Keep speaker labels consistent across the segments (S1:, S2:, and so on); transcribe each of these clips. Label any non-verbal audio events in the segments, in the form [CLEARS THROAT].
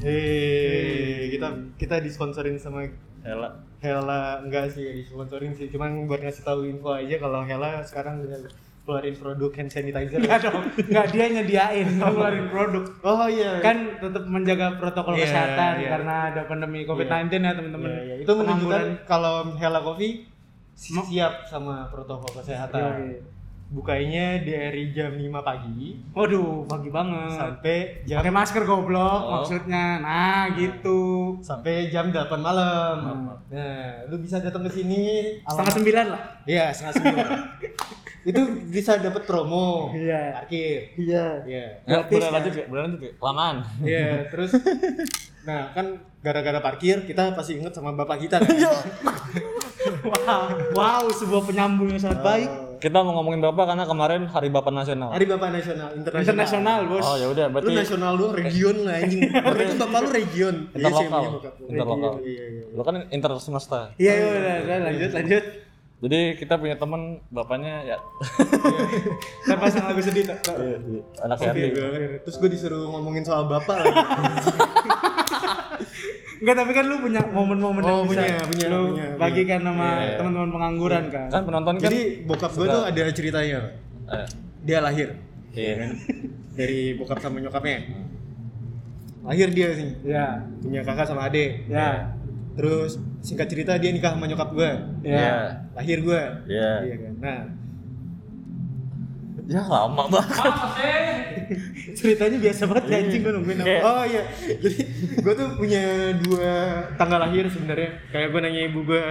S1: Hei, kita kita disponsorin sama
S2: Hela.
S1: Hela enggak sih disponsorin sih, cuman buat ngasih tahu info aja kalau Hela sekarang dengan keluarin produk hand sanitizer.
S3: Enggak dong, enggak dia nyediain
S1: Oh.
S3: ngeluarin produk.
S1: Oh iya.
S3: Kan tetap menjaga protokol
S1: Iya,
S3: kesehatan
S1: iya.
S3: karena ada pandemi COVID-19 ya teman-teman.
S1: Iya, iya. itu menunjukkan kalau Hela Coffee si-
S3: Mo-
S1: siap sama protokol
S3: Yoi.
S1: kesehatan. Bukainya dari jam 5 pagi
S3: Waduh, pagi banget.
S1: sampai jam Hmm.
S3: Hmm. Pakai masker goblok
S2: Oh.
S3: maksudnya. Nah, gitu.
S1: sampai jam 8 malam.
S3: Hmm.
S1: Nah, lu bisa datang ke sini
S3: Setengah
S1: alamat-
S3: sembilan lah.
S1: Iya, setengah sembilan. itu bisa dapat promo.
S3: Iya.
S1: Parkir.
S3: Iya.
S1: Iya.
S2: Nggak,
S3: Gratis,
S2: boleh
S3: ya.
S2: lanjut ya, boleh lanjut ya. Lamaan.
S1: Iya, terus nah kan gara-gara parkir kita pasti inget sama bapak kita kan.
S3: Iya. Wow, wow, sebuah penyambung yang sangat baik.
S1: Oh,
S2: Kita mau ngomongin Bapak karena kemarin Hari Bapak Nasional.
S1: Hari Bapak Nasional, internasional.
S3: Internasional, Bos.
S2: Oh ya udah,
S1: Lu
S2: berarti
S1: nasional lu region lah
S3: [LAUGHS]
S1: anjing. Berarti bapak lu region. Iya sih,
S2: Interlokal.
S1: emangnya bokap lu.
S2: Interlokal.
S1: Iya, iya, iya.
S2: lu kan inter semesta.
S3: Iya, iya, udah, udah, lanjut, lanjut.
S2: Jadi kita punya temen bapaknya ya
S3: Kita pasang lagu sedih, tak?
S2: anak
S1: Oke,
S2: yatim.
S1: gue- Terus gue disuruh ngomongin soal bapak lagi.
S3: Enggak, tapi kan lu punya momen-momen
S1: Oh,
S3: yang bisa
S1: punya, punya,
S3: lu
S1: punya, punya.
S3: bagikan sama
S2: Iya.
S3: teman-teman pengangguran kan.
S2: Kan penonton [LAUGHS] kan.
S1: Jadi bokap gue tuh ada ceritanya.
S2: Eh,
S1: Dia lahir
S2: iya.
S1: dari bokap sama nyokapnya. Lahir dia sih.
S3: Iya.
S1: Punya kakak sama adik.
S3: Iya.
S1: Terus singkat cerita dia nikah sama nyokap gue.
S3: Iya.
S1: Lahir gue.
S2: Iya.
S1: Iya kan. Nah,
S2: Ya lama banget.
S3: Ceritanya biasa banget ya, anjing gue nungguin apa.
S2: Kayak-
S1: Oh iya, jadi gue tuh punya dua tanggal lahir sebenarnya. Kayak gue nanya ibu gue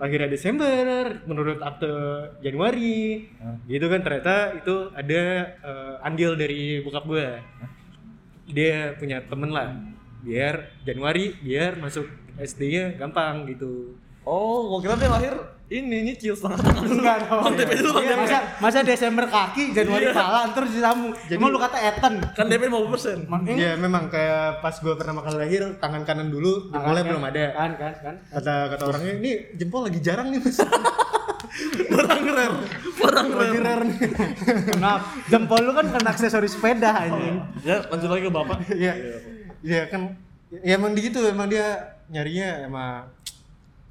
S1: lahirnya Desember, menurut akte Januari, gitu kan ternyata itu ada eh, andil dari bokap gue. Dia punya temen lah, biar Januari, biar masuk SD-nya gampang gitu.
S2: Oh, gua kira dia lahir ini nyicil
S1: [LAUGHS]
S2: setengah tangan.
S3: Enggak dong.
S2: Tapi dulu kan
S3: Iya,
S2: DP.
S3: masa masa Desember kaki, Januari pala, terus disambung. Emang lu kata Ethan. Iya.
S2: Kan DP 50%.
S3: Emang
S1: Ya memang kayak pas gue pertama kali lahir tangan kanan dulu, jempolnya belum ada.
S3: Kan kan kan.
S1: Kata kata orangnya ini jempol lagi jarang nih mas.
S2: [LAUGHS] Barang rare. Barang
S1: Lagi rare nih. [LAUGHS]
S3: Kenapa? Jempol lu kan kan aksesoris sepeda anjing.
S2: Ya, lanjut lagi ke Bapak.
S1: Iya. Iya kan ya emang di gitu emang dia nyarinya emang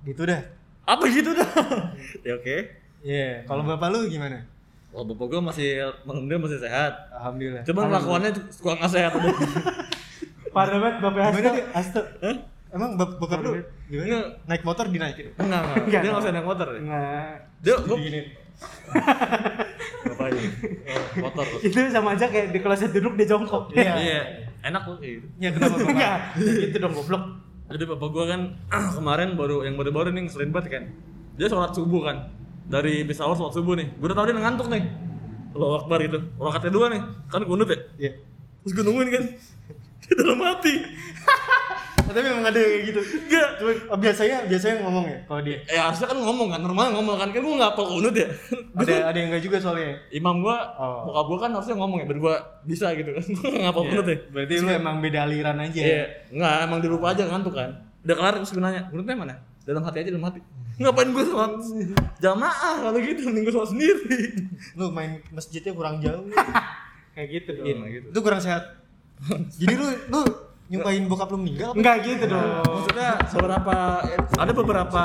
S1: gitu dah.
S2: Apa gitu dah? ya oke.
S1: Iya, kalau
S2: Hmm.
S1: bapak lu gimana?
S2: Wah, bapak gue masih mengendur masih sehat.
S1: Alhamdulillah.
S2: Cuman lakuannya kurang nggak sehat.
S3: iya. Parah banget Bapak
S1: Gimana
S3: Hasto.
S1: dia?
S3: Hasto.
S1: Emang bap- bapak lu gimana? Naik motor dinaikin.
S2: Enggak,
S3: Nggak,
S2: enggak. Dia
S3: nggak.
S2: nggak usah naik motor. ya?
S3: Nah,
S2: Dia gue
S1: Diginin.
S2: ngapain? Eh, Motor.
S3: itu sama aja kayak di kloset duduk dia jongkok.
S1: Iya.
S2: Iya. Enak kok kayak gitu.
S3: Iya,
S1: Ya kenapa bapak?
S3: Enggak, gitu dong goblok.
S2: Jadi bapak gue kan [CLEARS THROAT] kemarin baru yang baru-baru nih ngeselin banget kan. Dia sholat subuh kan. Dari bis awal sholat subuh nih. Gue udah tau dia ngantuk nih. Lo akbar gitu. Rokatnya dua nih. Kan kunut ya.
S1: Iya.
S2: Terus gue nungguin kan. [LAUGHS] Dia dalam hati.
S1: Tapi memang ada yang kayak gitu.
S2: Enggak.
S1: Cuma oh, biasanya biasanya ngomong ya kalau dia.
S2: Ya harusnya kan ngomong kan. Normal ngomong kan. Kan gue nggak apal kunut ya. Gua
S1: Ada ada yang enggak juga soalnya.
S2: imam gua
S1: Oh.
S2: bokap gua kan harusnya ngomong ya berdua bisa gitu kan [LAUGHS] ngapa yeah. deh
S1: Berarti lu emang beda aliran aja.
S2: iya nggak emang di lupa aja ngantuk kan udah kelar terus gue nanya menurutnya mana dalam hati aja dalam hati ngapain gua sholat jamaah kalau gitu mending gua sholat sendiri
S1: Lu main masjidnya kurang jauh.
S3: Kayak gitu dong.
S2: Iya, gitu.
S1: Itu kurang sehat. Jadi lu lu nyumpahin bokap lu meninggal apa?
S3: Enggak gitu dong.
S2: maksudnya beberapa Oh. ada beberapa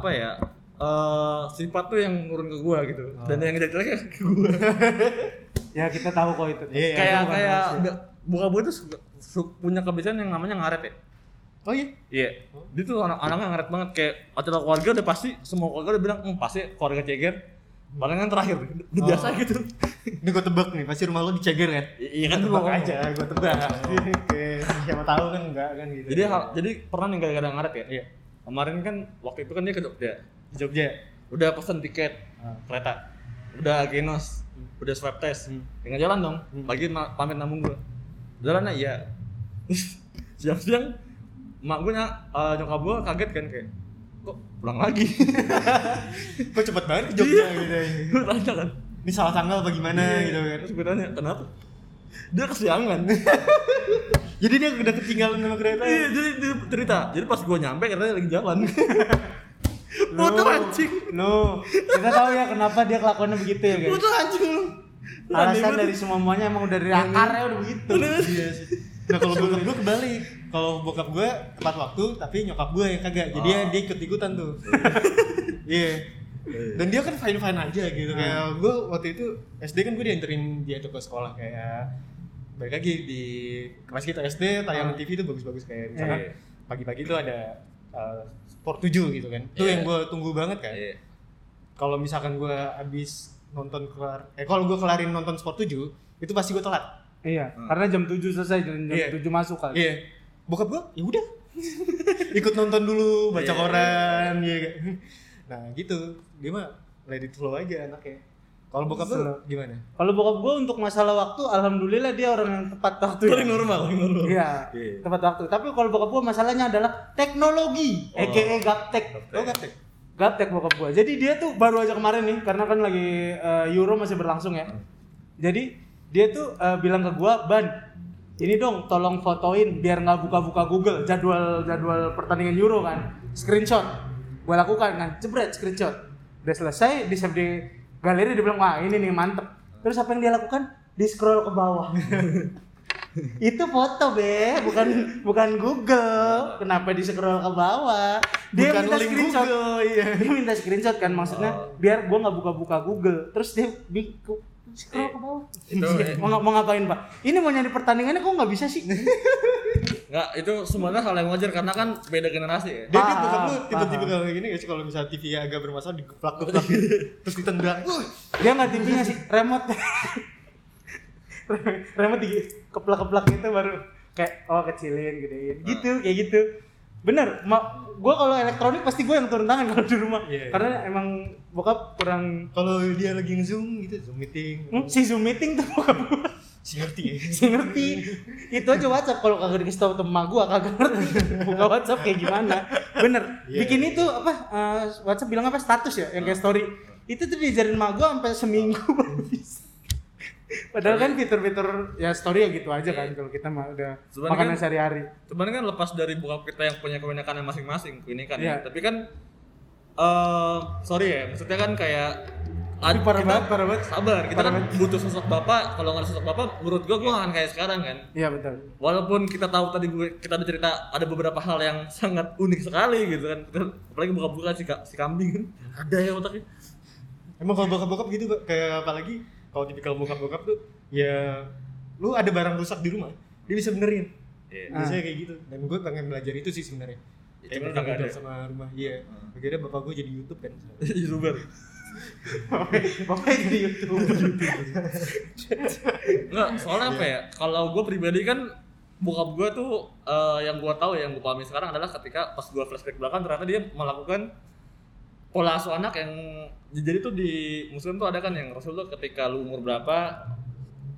S2: apa ya eh sifat tuh yang nurun ke gua gitu dan yang jelek-jeleknya ke gua
S3: Ya kita tahu kan? kok itu.
S1: Iya.
S2: kayak
S3: bukan
S2: kayak
S3: rahasia.
S2: buka gua tuh suka- su- punya kebiasaan yang namanya ngaret ya
S1: Oh iya.
S2: Iya, dia tuh anak anaknya ngaret banget kayak acara keluarga udah pasti semua keluarga udah bilang, "Hmm, pasti keluarga ceger." Palingan terakhir, udah biasa gitu.
S1: Ini gue tebak nih, pasti rumah lu diceger kan?
S2: I- Iya kan
S1: tebak
S2: gua ngomong.
S1: aja, gue tebak. Kayak siapa tahu kan enggak kan gitu.
S2: Jadi hal- jadi pernah nih gara-gara ngaret ya.
S1: Iya.
S2: Kemarin kan waktu itu kan dia ke Jogja.
S1: di Jogja.
S2: Udah pesen tiket kereta. Udah genos, udah swab test. Tengah jalan dong. Pagi ma- pamit namun gua. Jalannya iya. [LAUGHS] Siang-siang mak gue nyokap gua kaget kan kayak kok pulang lagi.
S1: Kok cepet banget ke Jogja gitu.
S2: [LAUGHS] Gue Iya. tanya kan, Iya.
S1: Ini salah tanggal apa gimana gitu kan.
S2: Terus gue tanya, kenapa? Dia kesiangan.
S1: [LAUGHS] Jadi dia udah ketinggalan sama kereta. ya?
S2: Iya, jadi dia cerita. Jadi pas gue nyampe katanya lagi
S1: [LAUGHS]
S2: jalan. Foto anjing.
S3: Lu, kita tahu ya kenapa dia kelakuannya begitu ya, guys.
S2: Foto anjing lu. Hmm.
S1: ya,
S3: Alasan dari semuanya emang udah dari akarnya udah begitu.
S1: Iya sih. Nah kalau gue gue kebalik. kalau bokap gue tepat waktu tapi nyokap gue yang kagak jadi ya
S2: Ah.
S1: dia ikut ikutan
S2: [LAUGHS]
S1: tuh iya dan dia kan fine fine aja gitu kayak gue waktu itu SD kan gue dianterin dia tuh ke sekolah kayak balik lagi di kelas kita SD tayangan TV itu bagus-bagus kayak misalkan
S2: Ah. Iya.
S1: pagi-pagi tuh ada eh, Sport 7 gitu kan itu
S2: Iya.
S1: yang gue tunggu banget kan
S2: Iya.
S1: kalau misalkan gue abis nonton kelar eh kalau gue kelarin nonton sport 7 itu pasti gue telat
S3: Iya,
S2: Hmm.
S3: karena jam 7 selesai dan jam
S1: Ah. Iya.
S3: 7 masuk kan. kali.
S1: iya bokap gue ya udah ikut nonton dulu baca
S2: Iya.
S1: koran iya kan? nah gitu dia mah let it flow aja anaknya kalau bokap lu
S3: Slow.
S1: gimana
S3: Kalau bokap gue untuk masalah waktu, alhamdulillah dia orang yang tepat waktu. ya.
S2: Paling normal, paling normal.
S3: Iya,
S2: Iya.
S3: tepat waktu. Tapi kalau bokap gue masalahnya adalah teknologi,
S2: Oh.
S3: EKE gaptek.
S1: lo gaptek
S3: Gaptek bokap gue. Jadi dia tuh baru aja kemarin nih, karena kan lagi eh, Euro masih berlangsung ya. Jadi dia tuh eh, bilang ke gue, Ban, ini dong tolong fotoin biar nggak buka-buka Google jadwal jadwal pertandingan Euro kan. Screenshot. Gue lakukan kan, jebret screenshot. Udah selesai, di save di galeri dia bilang, wah ini nih mantep. Terus apa yang dia lakukan? Di scroll ke bawah. [LAUGHS] itu foto be, bukan bukan Google. Kenapa di scroll ke bawah? Dia
S1: Bukan
S3: minta
S1: link
S3: screenshot
S1: Google, iya.
S3: dia minta screenshot kan maksudnya biar gua nggak buka-buka Google terus dia bi- ku- scroll ke bawah Iya.
S2: Itu,
S1: iya.
S2: eh.
S3: mau, nga- mau ngapain pak ini mau nyari pertandingannya kok nggak bisa sih
S2: Nggak, itu sebenarnya hal yang wajar karena kan beda generasi ya.
S1: dia kan bokap
S3: Paham,
S1: lu tiba-tiba
S3: paham.
S2: ah.
S1: kalau gini gak sih kalau misalnya TV agak bermasalah
S2: [LAUGHS]
S1: digeplak-geplak terus ditendang Wih,
S3: dia nggak TV-nya sih remote [LAUGHS] remote di keplak-keplak gitu baru kayak oh kecilin gedein
S1: Ah.
S3: gitu kayak gitu bener ma- gua kalau elektronik pasti gua yang turun tangan [LAUGHS] kalau di rumah
S1: Iya, iya.
S3: karena emang bokap kurang
S1: kalau dia lagi nge-zoom gitu zoom meeting
S3: Hmm, si zoom meeting tuh bokap gua
S1: si ngerti ya.
S3: Saya ngerti. Itu aja WhatsApp kalau kagak dikasih tahu teman gua kagak ngerti buka WhatsApp kayak gimana. Bener.
S1: Iya.
S3: Bikin itu apa eh, WhatsApp bilang apa status ya yang kayak story. Itu tuh diajarin emak gua sampai seminggu [LAUGHS] baru bisa. Padahal kan fitur-fitur ya story ya gitu aja kan kalau kita mah udah
S2: Cuman
S3: makanan
S2: kan-
S3: sehari-hari.
S2: Cuman kan lepas dari bokap kita yang punya kewenangan masing-masing ini kan.
S3: Iya.
S2: ya. Tapi kan eh sorry ya, maksudnya kan kayak
S3: Tapi parah banget, parah banget.
S2: Sabar, kita
S3: Parah
S2: kan butuh sosok bapak. Kalau nggak ada sosok bapak, menurut gua gua nggak akan kayak sekarang kan.
S3: Iya betul.
S2: Walaupun kita tahu tadi gue- kita ada cerita ada beberapa hal yang [LAUGHS] sangat unik sekali gitu kan. Apalagi buka-buka si, ka- si kambing kan. Ada ya otaknya. [LAUGHS]
S1: Emang kalau bokap-bokap gitu Pak? kayak apalagi kalau tipikal bokap-bokap tuh ya lu ada barang rusak di rumah, dia bisa benerin.
S2: Iya.
S1: Biasanya
S3: Ah.
S1: kayak gitu. Dan gue pengen belajar itu sih sebenarnya.
S2: Ya,
S1: Kayak
S2: cuman
S1: udah
S2: kagak
S1: ngobrol
S2: ada.
S1: sama rumah. Iya.
S2: Hmm.
S1: Akhirnya bapak gue jadi YouTube kan.
S2: Youtuber.
S3: Bapaknya di YouTube.
S2: Enggak, soalnya apa ya? Kalau gue pribadi kan bokap gue tuh eh, yang gue tahu ya, yang gue pahami sekarang adalah ketika pas gue flashback belakang ternyata dia melakukan pola asuh anak yang jadi tuh di muslim tuh ada kan yang rasul tuh ketika lu umur berapa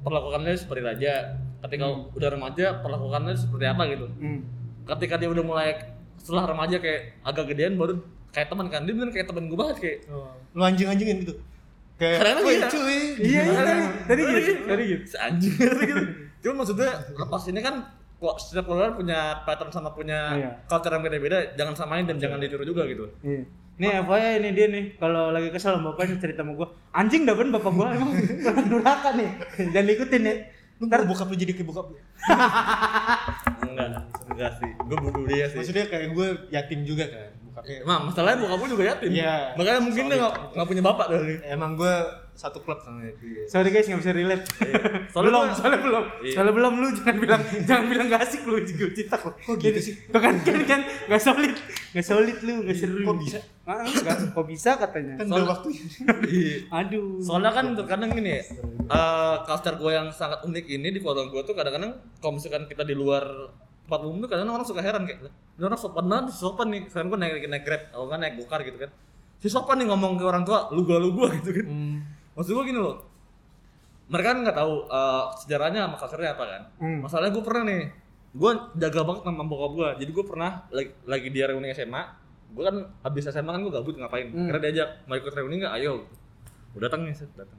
S2: perlakukannya seperti raja ketika udah remaja perlakukannya seperti apa gitu
S3: [LAUGHS] Hmm.
S2: ketika dia udah mulai setelah remaja kayak agak gedean baru kayak teman kan dia bener kayak teman gue banget kayak
S1: Lu anjing-anjingin gitu. Kayak
S2: Karena
S1: "Woi,
S2: dia-
S1: cuy.
S3: Iya, iya,
S1: gimana?"
S3: iya. Tadi gitu, tadi gitu.
S2: Si [LAUGHS] anjing tadi gitu. Cuma maksudnya lepas ini kan kok setiap keluarga punya pattern sama punya
S3: Iya.
S2: culture yang beda-beda, jangan samain dan jangan ditiru juga gitu.
S3: Iya. Nih FYI ini dia nih kalau lagi kesel sama bapaknya cerita sama gua. Anjing dah ben bapak gua emang orang durhaka nih. Dan ikutin ya.
S1: Lu
S3: Ntar
S1: mau bokap lu jadi kayak bokap lu.
S2: Enggak, enggak sih. Gue bunuh dia Iya sih.
S1: Maksudnya kayak gue yatim juga kan bokapnya.
S2: Emang masalahnya bokap lu juga yatim.
S1: Iya.
S2: Makanya mungkin dia nggak nggak punya bapak dari.
S1: Emang gue satu klub sama dia.
S3: Sorry guys nggak bisa relate.
S1: Iya.
S2: Soalnya
S3: belum,
S2: gua-
S3: soalnya belum.
S2: Iya.
S3: Soalnya belum lu jangan bilang jangan bilang gak asik lu juga cetak lu. Kok
S1: gitu
S2: [LAUGHS]
S1: sih? Iya,
S3: Kan kan kan gak solid. Gak solid lu, gak seru.
S1: Kok bisa?
S3: Ah, enggak. Kok bisa katanya?
S1: Kan udah waktunya.
S2: [LAUGHS] Iya.
S3: Aduh.
S2: Soalnya kan terkadang gini, eh culture gue yang sangat unik ini di keluarga gue tuh kadang-kadang kalau misalkan kita di luar tempat umum tuh kadang orang suka heran kayak, "Ini orang sopan banget, si sopan nih. Sekarang gue naik naik grab, kalau nggak naik gokar gitu kan. Si sopan nih ngomong ke orang tua, lu gua lu gua gitu kan. Maksud gue gini loh, mereka kan nggak tahu eh, sejarahnya sama culture-nya apa kan.
S3: Hmm.
S2: Masalahnya gue pernah nih, gue jaga banget sama bokap gue. Jadi gue pernah lagi, lagi di reuni SMA, gue kan habis SMA kan gue gabut ngapain.
S3: Hmm.
S2: Karena diajak mau ikut reuni nggak, ayo. Gue datang nih, set, datang.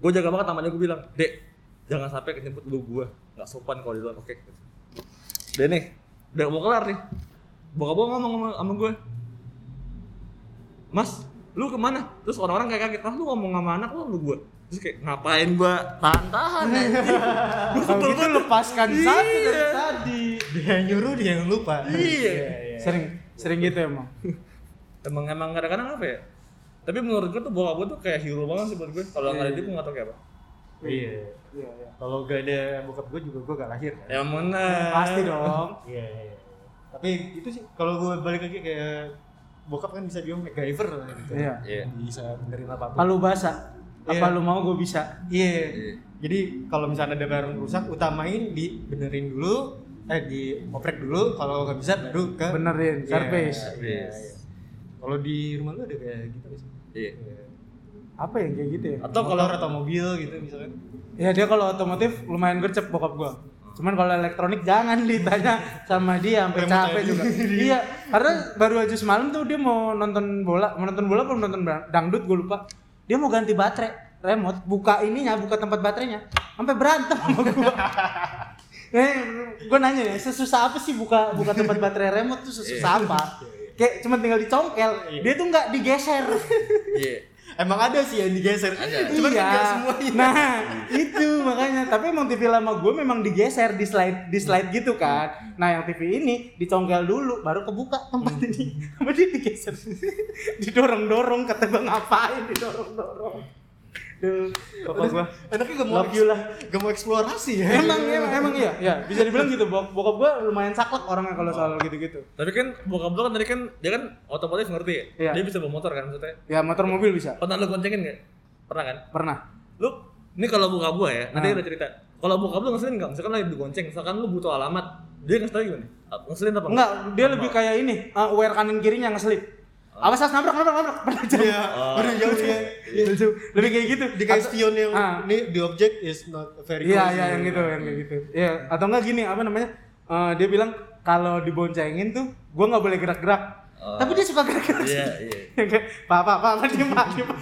S2: Gue jaga banget namanya gue bilang, dek jangan sampai kejemput lu gue, nggak sopan kalau di luar oke. Deh nih, udah mau kelar nih. Bokap gue ngomong sama, sama gue, Mas, lu lu kemana terus orang-orang kayak kaget ah lu ngomong sama anak lu lu gue terus kayak ngapain gua tahan tahan [LAUGHS]
S3: Kalau gitu lepaskan satu dari
S2: Iya.
S3: tadi.
S1: dia yang nyuruh dia yang lupa
S2: iya
S3: Sering sering gitu emang.
S2: emang emang kadang-kadang apa ya tapi menurut gue tuh bokap gue tuh kayak hero banget sih buat gue kalau nggak ada dia gue nggak tau kayak apa
S1: iya
S3: Iya, iya.
S1: kalau gak ada bokap gue juga gue gak lahir kan?
S2: ya mana
S3: Pasti dong.
S1: iya iya iya. tapi itu sih kalau gue balik lagi kayak bokap kan bisa dia MacGyver lah gitu
S3: Iya.
S2: Iya.
S1: bisa benerin apapun
S3: Kalau basah, apa
S1: Iya.
S3: lu mau gue bisa?
S1: iya
S2: Iya.
S1: jadi kalau misalnya ada barang rusak utamain dibenerin dulu eh dioprek dulu kalau nggak bisa baru ke
S3: Benerin,
S1: Iya,
S3: service.
S1: iya, iya. kalau di rumah lu ada kayak gitu nggak sih
S2: Iya.
S3: Apa yang kayak gitu ya?
S1: atau kalau atau mobil gitu misalkan
S3: Ya dia kalau otomotif lumayan gercep bokap gua. Cuman kalau elektronik jangan ditanya sama dia sampai
S1: Remote
S3: capek
S1: aja. [LAUGHS]
S3: juga. iya, karena baru aja semalam tuh dia mau nonton bola, mau nonton bola apa mau nonton ba- dangdut gue lupa. Dia mau ganti baterai remote, buka ininya, buka tempat baterainya. Sampai berantem sama
S1: [LAUGHS]
S3: gua. Eh, gue nanya ya, sesusah apa sih buka buka tempat baterai remote tuh
S1: Iya.
S3: sesusah apa? Kayak cuma tinggal dicongkel, dia tuh nggak digeser.
S2: iya
S1: emang ada sih yang digeser
S2: Ada.
S1: cuman
S3: iya.
S1: kan nggak semuanya
S3: Nah, itu makanya. Tapi emang TV lama gue memang digeser di slide di slide gitu kan. Nah, yang TV ini dicongkel dulu baru kebuka tempat
S1: Hmm.
S3: [LAUGHS] ini. Apa dia digeser? Didorong-dorong kata bang ngapain didorong-dorong. Duh.
S1: Papa gua enaknya gak mau
S3: Love you lah.
S1: gak mau eksplorasi ya
S3: Emang, emang, emang iya, ya bisa dibilang gitu. Bok- Bokap gue lumayan saklek orangnya kalau soal gitu-gitu.
S2: tapi kan bokap lu kan tadi kan dia kan otomotif ngerti
S3: Iya.
S2: ya dia bisa bawa motor kan maksudnya
S3: Ya motor mobil bisa,
S2: pernah lu goncengin nggak pernah kan
S3: pernah.
S2: lu ini kalau buka gua ya nanti
S3: Ah.
S2: udah cerita kalau buka lu ngeselin nggak misalkan lagi digonceng misalkan lu butuh alamat dia ngasih tau gimana ngeselin apa
S3: Enggak, dia lebih kayak ini, uh, aware kanan kirinya ngeselip. Apa sas nabrak nabrak nabrak pernah jadi.
S1: iya udah jauh ya
S3: Lucu. Lebih kayak gitu.
S1: di kayak spion yang
S3: Ah.
S1: ini the object is not very
S3: Iya,
S1: close.
S3: iya yang gitu, yang kayak gitu. Iya, atau enggak gini, apa namanya? Eh, dia bilang kalau diboncengin tuh gua nggak boleh gerak-gerak.
S2: Oh.
S3: Tapi dia suka gerak-gerak.
S2: iya iya
S3: Yang kayak, Pak, pak, pak, pak, diem, pak, diem, pak."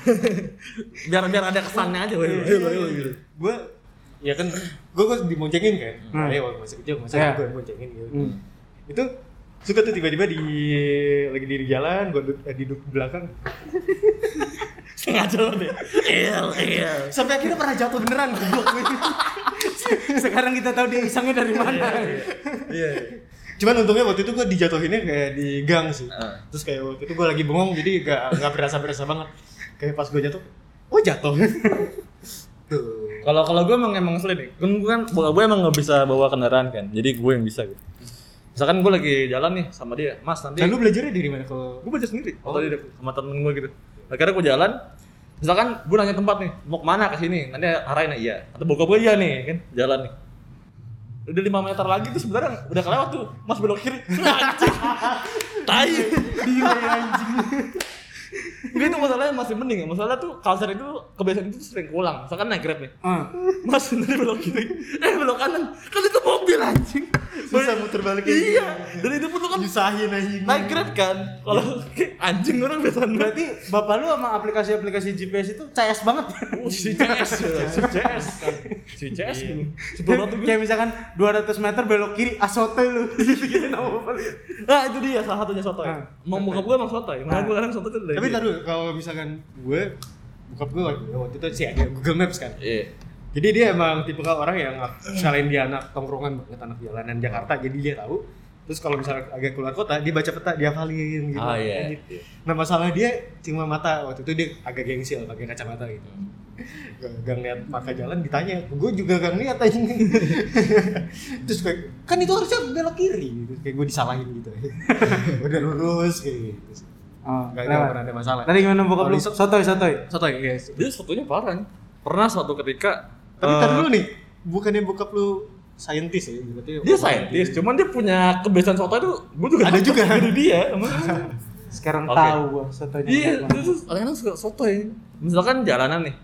S2: biar biar ada kesannya aja woy, woy,
S1: iya,
S2: woy, woy, gitu
S1: gue ya kan gue gue dimoncengin kan
S3: Hmm.
S1: ayo waktu masih kecil masa
S3: Iya.
S1: gue dimoncengin gitu
S3: Hmm.
S1: itu suka tuh tiba-tiba di lagi di jalan gue duduk di duduk belakang
S2: sengaja lu deh iya iya
S1: sampai akhirnya pernah jatuh beneran goblok gue
S3: [LAUGHS] Sekarang kita tahu dia isengnya dari mana.
S2: iya
S1: cuman untungnya waktu itu gue dijatuhinnya kayak di gang sih
S2: Ah.
S1: terus kayak waktu itu gue lagi bengong jadi gak nggak berasa berasa banget kayak pas gue jatuh oh
S2: [LAUGHS]
S1: jatuh tuh
S2: Kalau kalau gue emang emang ngeselin nih. Kan gue kan bola gue emang nggak bisa bawa kendaraan kan. Jadi gue yang bisa gitu. Misalkan gue lagi jalan nih sama dia, Mas nanti.
S1: dan Kan lu belajarnya dari mana kalau
S2: Gue baca sendiri. Atau dia sama temen gue gitu. Akhirnya gue jalan. Misalkan gue nanya tempat nih, mau kemana ke sini? Nanti arahin iya. Atau bokap gue iya nih kan, jalan nih. Udah lima meter lagi tuh sebenarnya udah kelewat tuh, Mas belok kiri. [LAUGHS] Anjing. Tai. Iya,
S3: Delay anjing.
S2: Dia tuh masalahnya masih mending ya. Masalah tuh culture itu kebiasaan itu sering ulang. Misalkan naik Grab nih.
S3: Ah.
S2: Mas [LAUGHS] dari belok kiri, eh belok kanan, kan itu mobil anjing.
S1: [LAUGHS] susah muter balik kayak
S2: Iya,
S1: gini.
S2: dan itu pun lu kan
S1: nyusahin aja
S2: naik grab kan. Kalau kayak
S1: Iya.
S2: [LAUGHS] anjing orang biasa berarti
S3: Berarti bapak lu sama aplikasi-aplikasi GPS itu CS banget.
S1: Oh,
S2: Oh, si CS, [LAUGHS] si CS kan, si CS dulu. Sebelum waktu gue,
S3: Kayak misalkan 200 meter belok kiri, asote
S1: [LAUGHS]
S3: lu. Gitu-gitu nama bapak lu.
S2: nah itu dia salah satunya sotoy.
S3: Ah.
S2: Mau muka gue emang sotoy, Nah. makanya gue kadang sotoy tuh dari.
S1: tapi
S2: dia.
S1: taruh kalau misalkan gue bokap gue waktu, waktu itu sih ada Google Maps kan
S2: Iya.
S1: jadi dia emang tipe orang yang misalnya dia anak tongkrongan banget anak jalanan Jakarta jadi dia tahu terus kalau misalnya agak keluar kota dia baca peta dia hafalin gitu
S2: Ah, iya.
S1: Jadi- nah masalah dia cuma mata waktu itu dia agak gengsil pakai kacamata gitu gak, gak ngeliat mata jalan ditanya gue juga gak ngeliat aja [LAUGHS] terus kayak kan itu harusnya belok kiri gitu. kayak gue disalahin gitu [LAUGHS] udah lurus kayak gitu
S3: Oh,
S1: gak, gak
S3: lewat.
S1: pernah ada masalah
S3: Tadi gimana bokap lu?
S1: Kalau di-
S3: Sotoy, sotoy.
S1: Soto ya guys.
S2: Dia sotoynya parah. nih. Pernah suatu ketika
S1: Tapi
S2: eh,
S1: ntar dulu nih, bukannya bokap lu saintis ya? Berarti
S2: dia saintis, cuman dia punya kebiasaan sotoy tuh, gue juga
S1: Ada juga.
S2: dari [LAUGHS] dia. emang.
S3: Sekarang
S2: Oke.
S3: tahu gua sotoynya.
S2: Iya,
S3: kayak mana.
S2: terus kadang-kadang suka sotoy. Misalkan jalanan nih,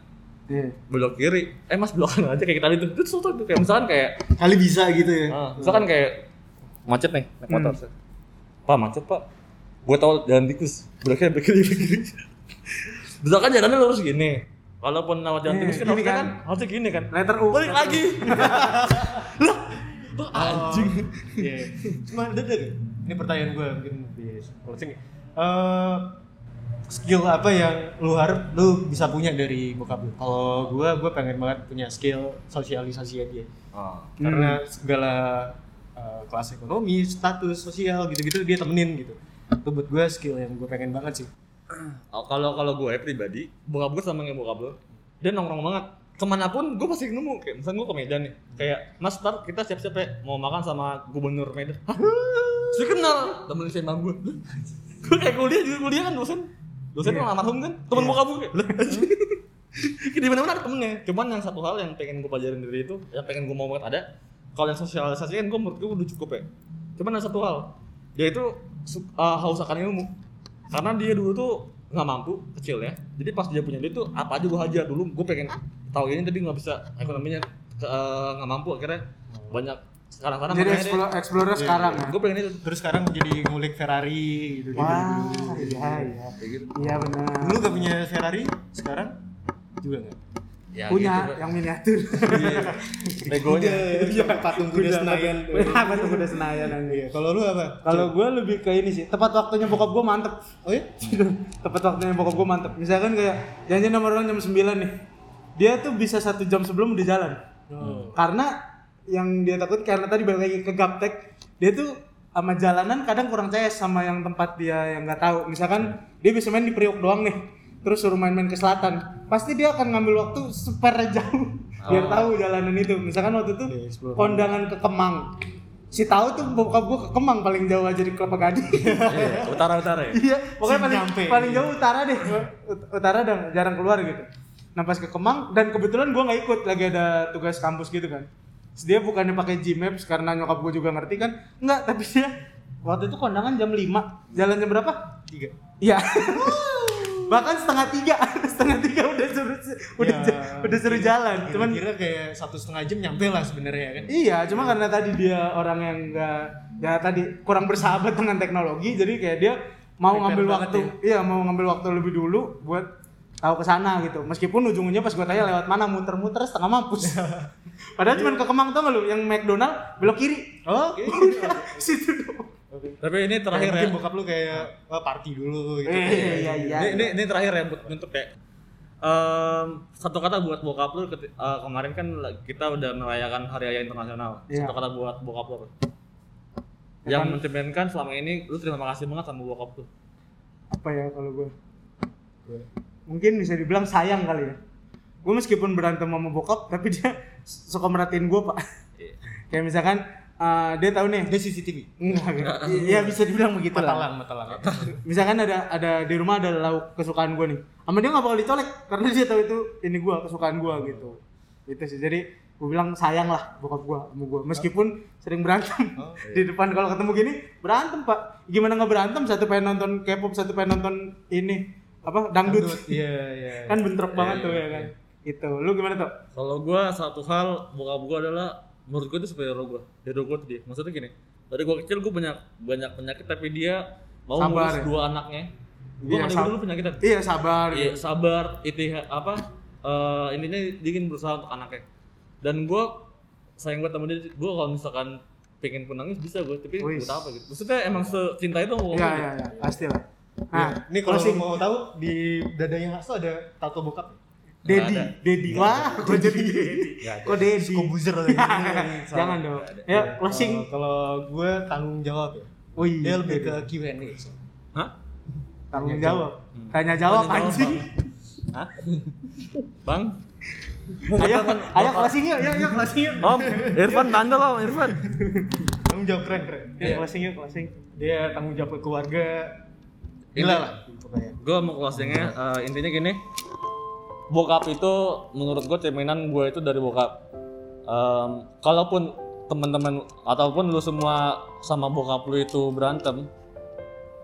S3: Iya.
S2: belok kiri, eh mas belok kanan aja kayak kita itu, itu sotoy tuh kayak misalkan kayak,
S1: kali bisa gitu ya.
S3: Oh.
S2: ah, misalkan kayak macet nih, naik motor. set. Pak macet pak, gue tau jalan tikus, belok kiri, belok kiri, belok kiri. misalkan jalannya lurus gini, walaupun lewat jalan
S3: Iya,
S2: tikus kan
S3: gini
S2: harusnya
S3: kan.
S2: kan, harusnya gini kan.
S3: Letter U. letter
S2: Balik
S3: U. [LAUGHS]
S2: lagi. Lah, tuh anjing.
S3: Oh.
S1: Iya. Cuma ada ada- ada. Ini pertanyaan gue mungkin di closing ya. Eh, skill apa yang lu harap lu bisa punya dari bokap lu? Kalau gua gua pengen banget punya skill sosialisasi aja.
S2: Oh.
S1: Karena
S3: Hmm.
S1: segala uh, kelas ekonomi, status sosial gitu-gitu dia temenin gitu. Itu buat gua skill yang gua pengen banget sih.
S2: Oh, kalau kalau gue pribadi, bokap gue sama kayak bokap lo, dia nongkrong banget. Kemanapun gue pasti nemu, kayak misalnya gue ke Medan nih, kayak Mas Tar, kita siap-siap ya mau makan sama gubernur Medan. Hah? Saya kenal temen SMA gue. gue kayak kuliah juga kuliah kan dosen, dosen
S3: Iya.
S2: kan almarhum kan, temen bokap gue. [LAUGHS] Di mana-mana ada temennya. Cuman yang satu hal yang pengen gue pelajarin dari itu, yang pengen gue mau banget ada. Kalau yang sosialisasi kan gue menurut gue udah cukup ya. Cuman ada satu hal, dia itu su- eh, haus akan ilmu karena dia dulu tuh nggak mampu kecil ya jadi pas dia punya duit tuh apa aja gue hajar dulu gue pengen tahu ini tapi nggak bisa ekonominya ke- eh, nggak mampu akhirnya banyak sekarang sekarang
S3: Jadi explore, explorer
S2: Iya,
S3: sekarang ya.
S2: gue pengen itu
S1: Terus sekarang jadi ngulik Ferrari gitu gitu.
S3: Wah, iya iya.
S2: kayak gitu
S3: Iya benar.
S1: Dulu gak punya Ferrari, sekarang juga gak?
S2: ya,
S3: Punya
S2: gitu, Iya.
S3: yang miniatur. [LAUGHS]
S2: legonya
S1: Iya, patung kuda Senayan.
S3: Apa tuh udah Senayan anjing.
S1: Iya, kalau lu apa?
S3: Kalau gue lebih ke ini sih, tepat waktunya bokap gue mantep.
S1: Oh iya?
S3: tepat waktunya bokap gue mantep. Misalkan kayak janjian nomor orang jam 9 nih, dia tuh bisa satu jam sebelum udah jalan.
S1: Hmm. Oh,
S3: Karena yang dia takut karena tadi balik lagi ke gaptek, dia tuh sama jalanan kadang kurang CS sama yang tempat dia yang nggak tahu. Misalkan
S1: Hmm.
S3: dia bisa main di Priok doang nih, terus suruh main-main ke selatan, pasti dia akan ngambil waktu super [LAUGHS] jauh biar tahu jalanan itu. Misalkan waktu itu
S1: Oh. Iya, explore.
S3: kondangan ke Kemang, si tahu tuh bokap gue ke Kemang paling jauh aja di Kelapa
S1: [LAUGHS]
S3: Gading.
S2: utara utara ya
S3: Iya, pokoknya
S1: Sini
S3: paling,
S1: nyampe.
S3: paling jauh utara deh. Ut- Utara dan jarang keluar gitu. Nah pas ke Kemang dan kebetulan gua nggak ikut lagi ada tugas kampus gitu kan. Terus dia bukannya pakai Gmaps karena nyokap gue juga ngerti kan? Enggak, tapi dia waktu itu kondangan jam 5. Jalan jam berapa?
S1: Tiga.
S3: Iya. [LAUGHS] Bahkan setengah tiga, [LAUGHS] setengah tiga udah suruh udah
S1: Ya,
S3: ja- udah suruh jalan. Cuman
S1: kira-kira kayak satu setengah jam nyampe lah sebenarnya kan.
S3: Iya, cuma karena tadi dia orang yang enggak ya tadi kurang bersahabat dengan teknologi, jadi kayak dia mau
S1: Prepare
S3: ngambil
S1: banget
S3: waktu, iya mau ngambil waktu lebih dulu buat tahu ke sana gitu. Meskipun ujungnya pas gue tanya lewat mana muter-muter setengah [LAUGHS] mampus. Padahal cuma ke Kemang tau gak lu yang McDonald belok kiri. [LAUGHS]
S1: Oh,
S3: Situ doang.
S2: tapi ini terakhir ya
S1: mungkin bokap lu kayak oh, party dulu gitu.
S3: Eh, iya iya.
S2: ini, ini, ini terakhir ya buat untuk kayak em, satu kata buat bokap lu keti- eh, kemarin kan la- kita udah merayakan hari raya internasional
S3: Iya. Ya kan?
S2: satu kata buat bokap lu apa? yang mencerminkan selama ini lu terima kasih banget sama bokap lu
S3: apa ya kalau gue mungkin bisa dibilang sayang kali ya gue meskipun berantem sama bokap tapi dia suka merhatiin gue pak
S2: Iya.
S3: kayak misalkan eh, dia tahu nih
S1: Ada CCTV.
S3: Enggak, enggak. Iya bisa dibilang begitu
S1: [LAUGHS]
S3: lah.
S1: Matalang, matalang.
S3: Misalkan ada ada di rumah ada lauk kesukaan gue nih. Sama dia nggak bakal dicolek karena dia tahu itu ini gue kesukaan gue gitu. Itu sih. Jadi gue bilang sayang lah bokap gue sama gue. Meskipun sering berantem [LAUGHS]
S1: Oh,
S3: di depan kalau ketemu gini berantem pak. Gimana nggak berantem? Satu pengen nonton K-pop, satu pengen nonton ini apa dangdut.
S1: Dangdut. Iya, iya.
S3: [LAUGHS] kan bentrok banget
S2: Iya,
S3: tuh
S2: iya,
S3: ya kan. Itu. Lu gimana tuh?
S2: Kalau gua satu hal bokap gua adalah menurut gua itu superhero gua. Hero gua tuh dia. Maksudnya gini, dari gua kecil gua banyak banyak penyakit tapi dia mau
S3: Sabar
S2: ngurus
S3: ya?
S2: dua anaknya.
S3: Iya,
S2: Gua
S3: sab-
S2: kan dulu penyakit
S3: Iya sabar.
S2: Iya, sabar, itih apa eh intinya dia ingin berusaha untuk anaknya. Dan gua sayang gua sama dia, gua kalau misalkan pengen pun nangis bisa gua, tapi
S3: Wis.
S2: buat apa gitu. Maksudnya emang secinta itu mau gitu?
S3: Iya iya iya pasti lah. Nah,
S1: Iya. Ini kalau lu mau tahu di dadanya Hasto ada tato bokap.
S3: Dedi,
S2: Nggak
S3: Dedi. Wah, kok jadi Dedi?
S2: Nggak ada.
S3: Kok Dedi? [LAUGHS]
S1: Komposer
S3: Jangan dong. Ya, Oh closing.
S1: Iya. Kalau gue tanggung jawab ya.
S3: Wih,
S1: Dia lebih
S3: iya.
S1: ke Q&A.
S2: Hah?
S3: tanggung jawab. Hmm. Tanya jawab
S2: Tanya jawab,
S3: anjing.
S2: Hah? Bang?
S3: Ayo, ayo closing yuk, yuk, yuk closing yuk.
S2: Om, Irfan bandel Om, Irfan.
S1: Tanggung jawab keren keren.
S3: Yuk, closing yuk, closing.
S1: Dia tanggung jawab ke keluarga. Gila lah. Pokoknya.
S2: gue mau closingnya eh, intinya gini bokap itu menurut gue cerminan gue itu dari bokap Em, kalaupun teman-teman ataupun lu semua sama bokap lu itu berantem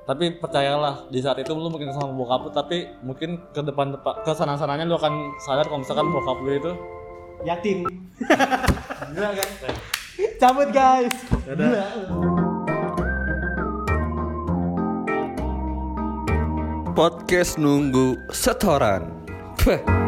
S2: tapi percayalah di saat itu lu mungkin sama bokap lu tapi mungkin ke depan depan ke sana sananya lu akan sadar kalau misalkan bokap lu itu
S3: [LAUGHS] Yatim. kan? Cabut guys.
S2: Dadah.
S4: Podcast nunggu setoran. Puh.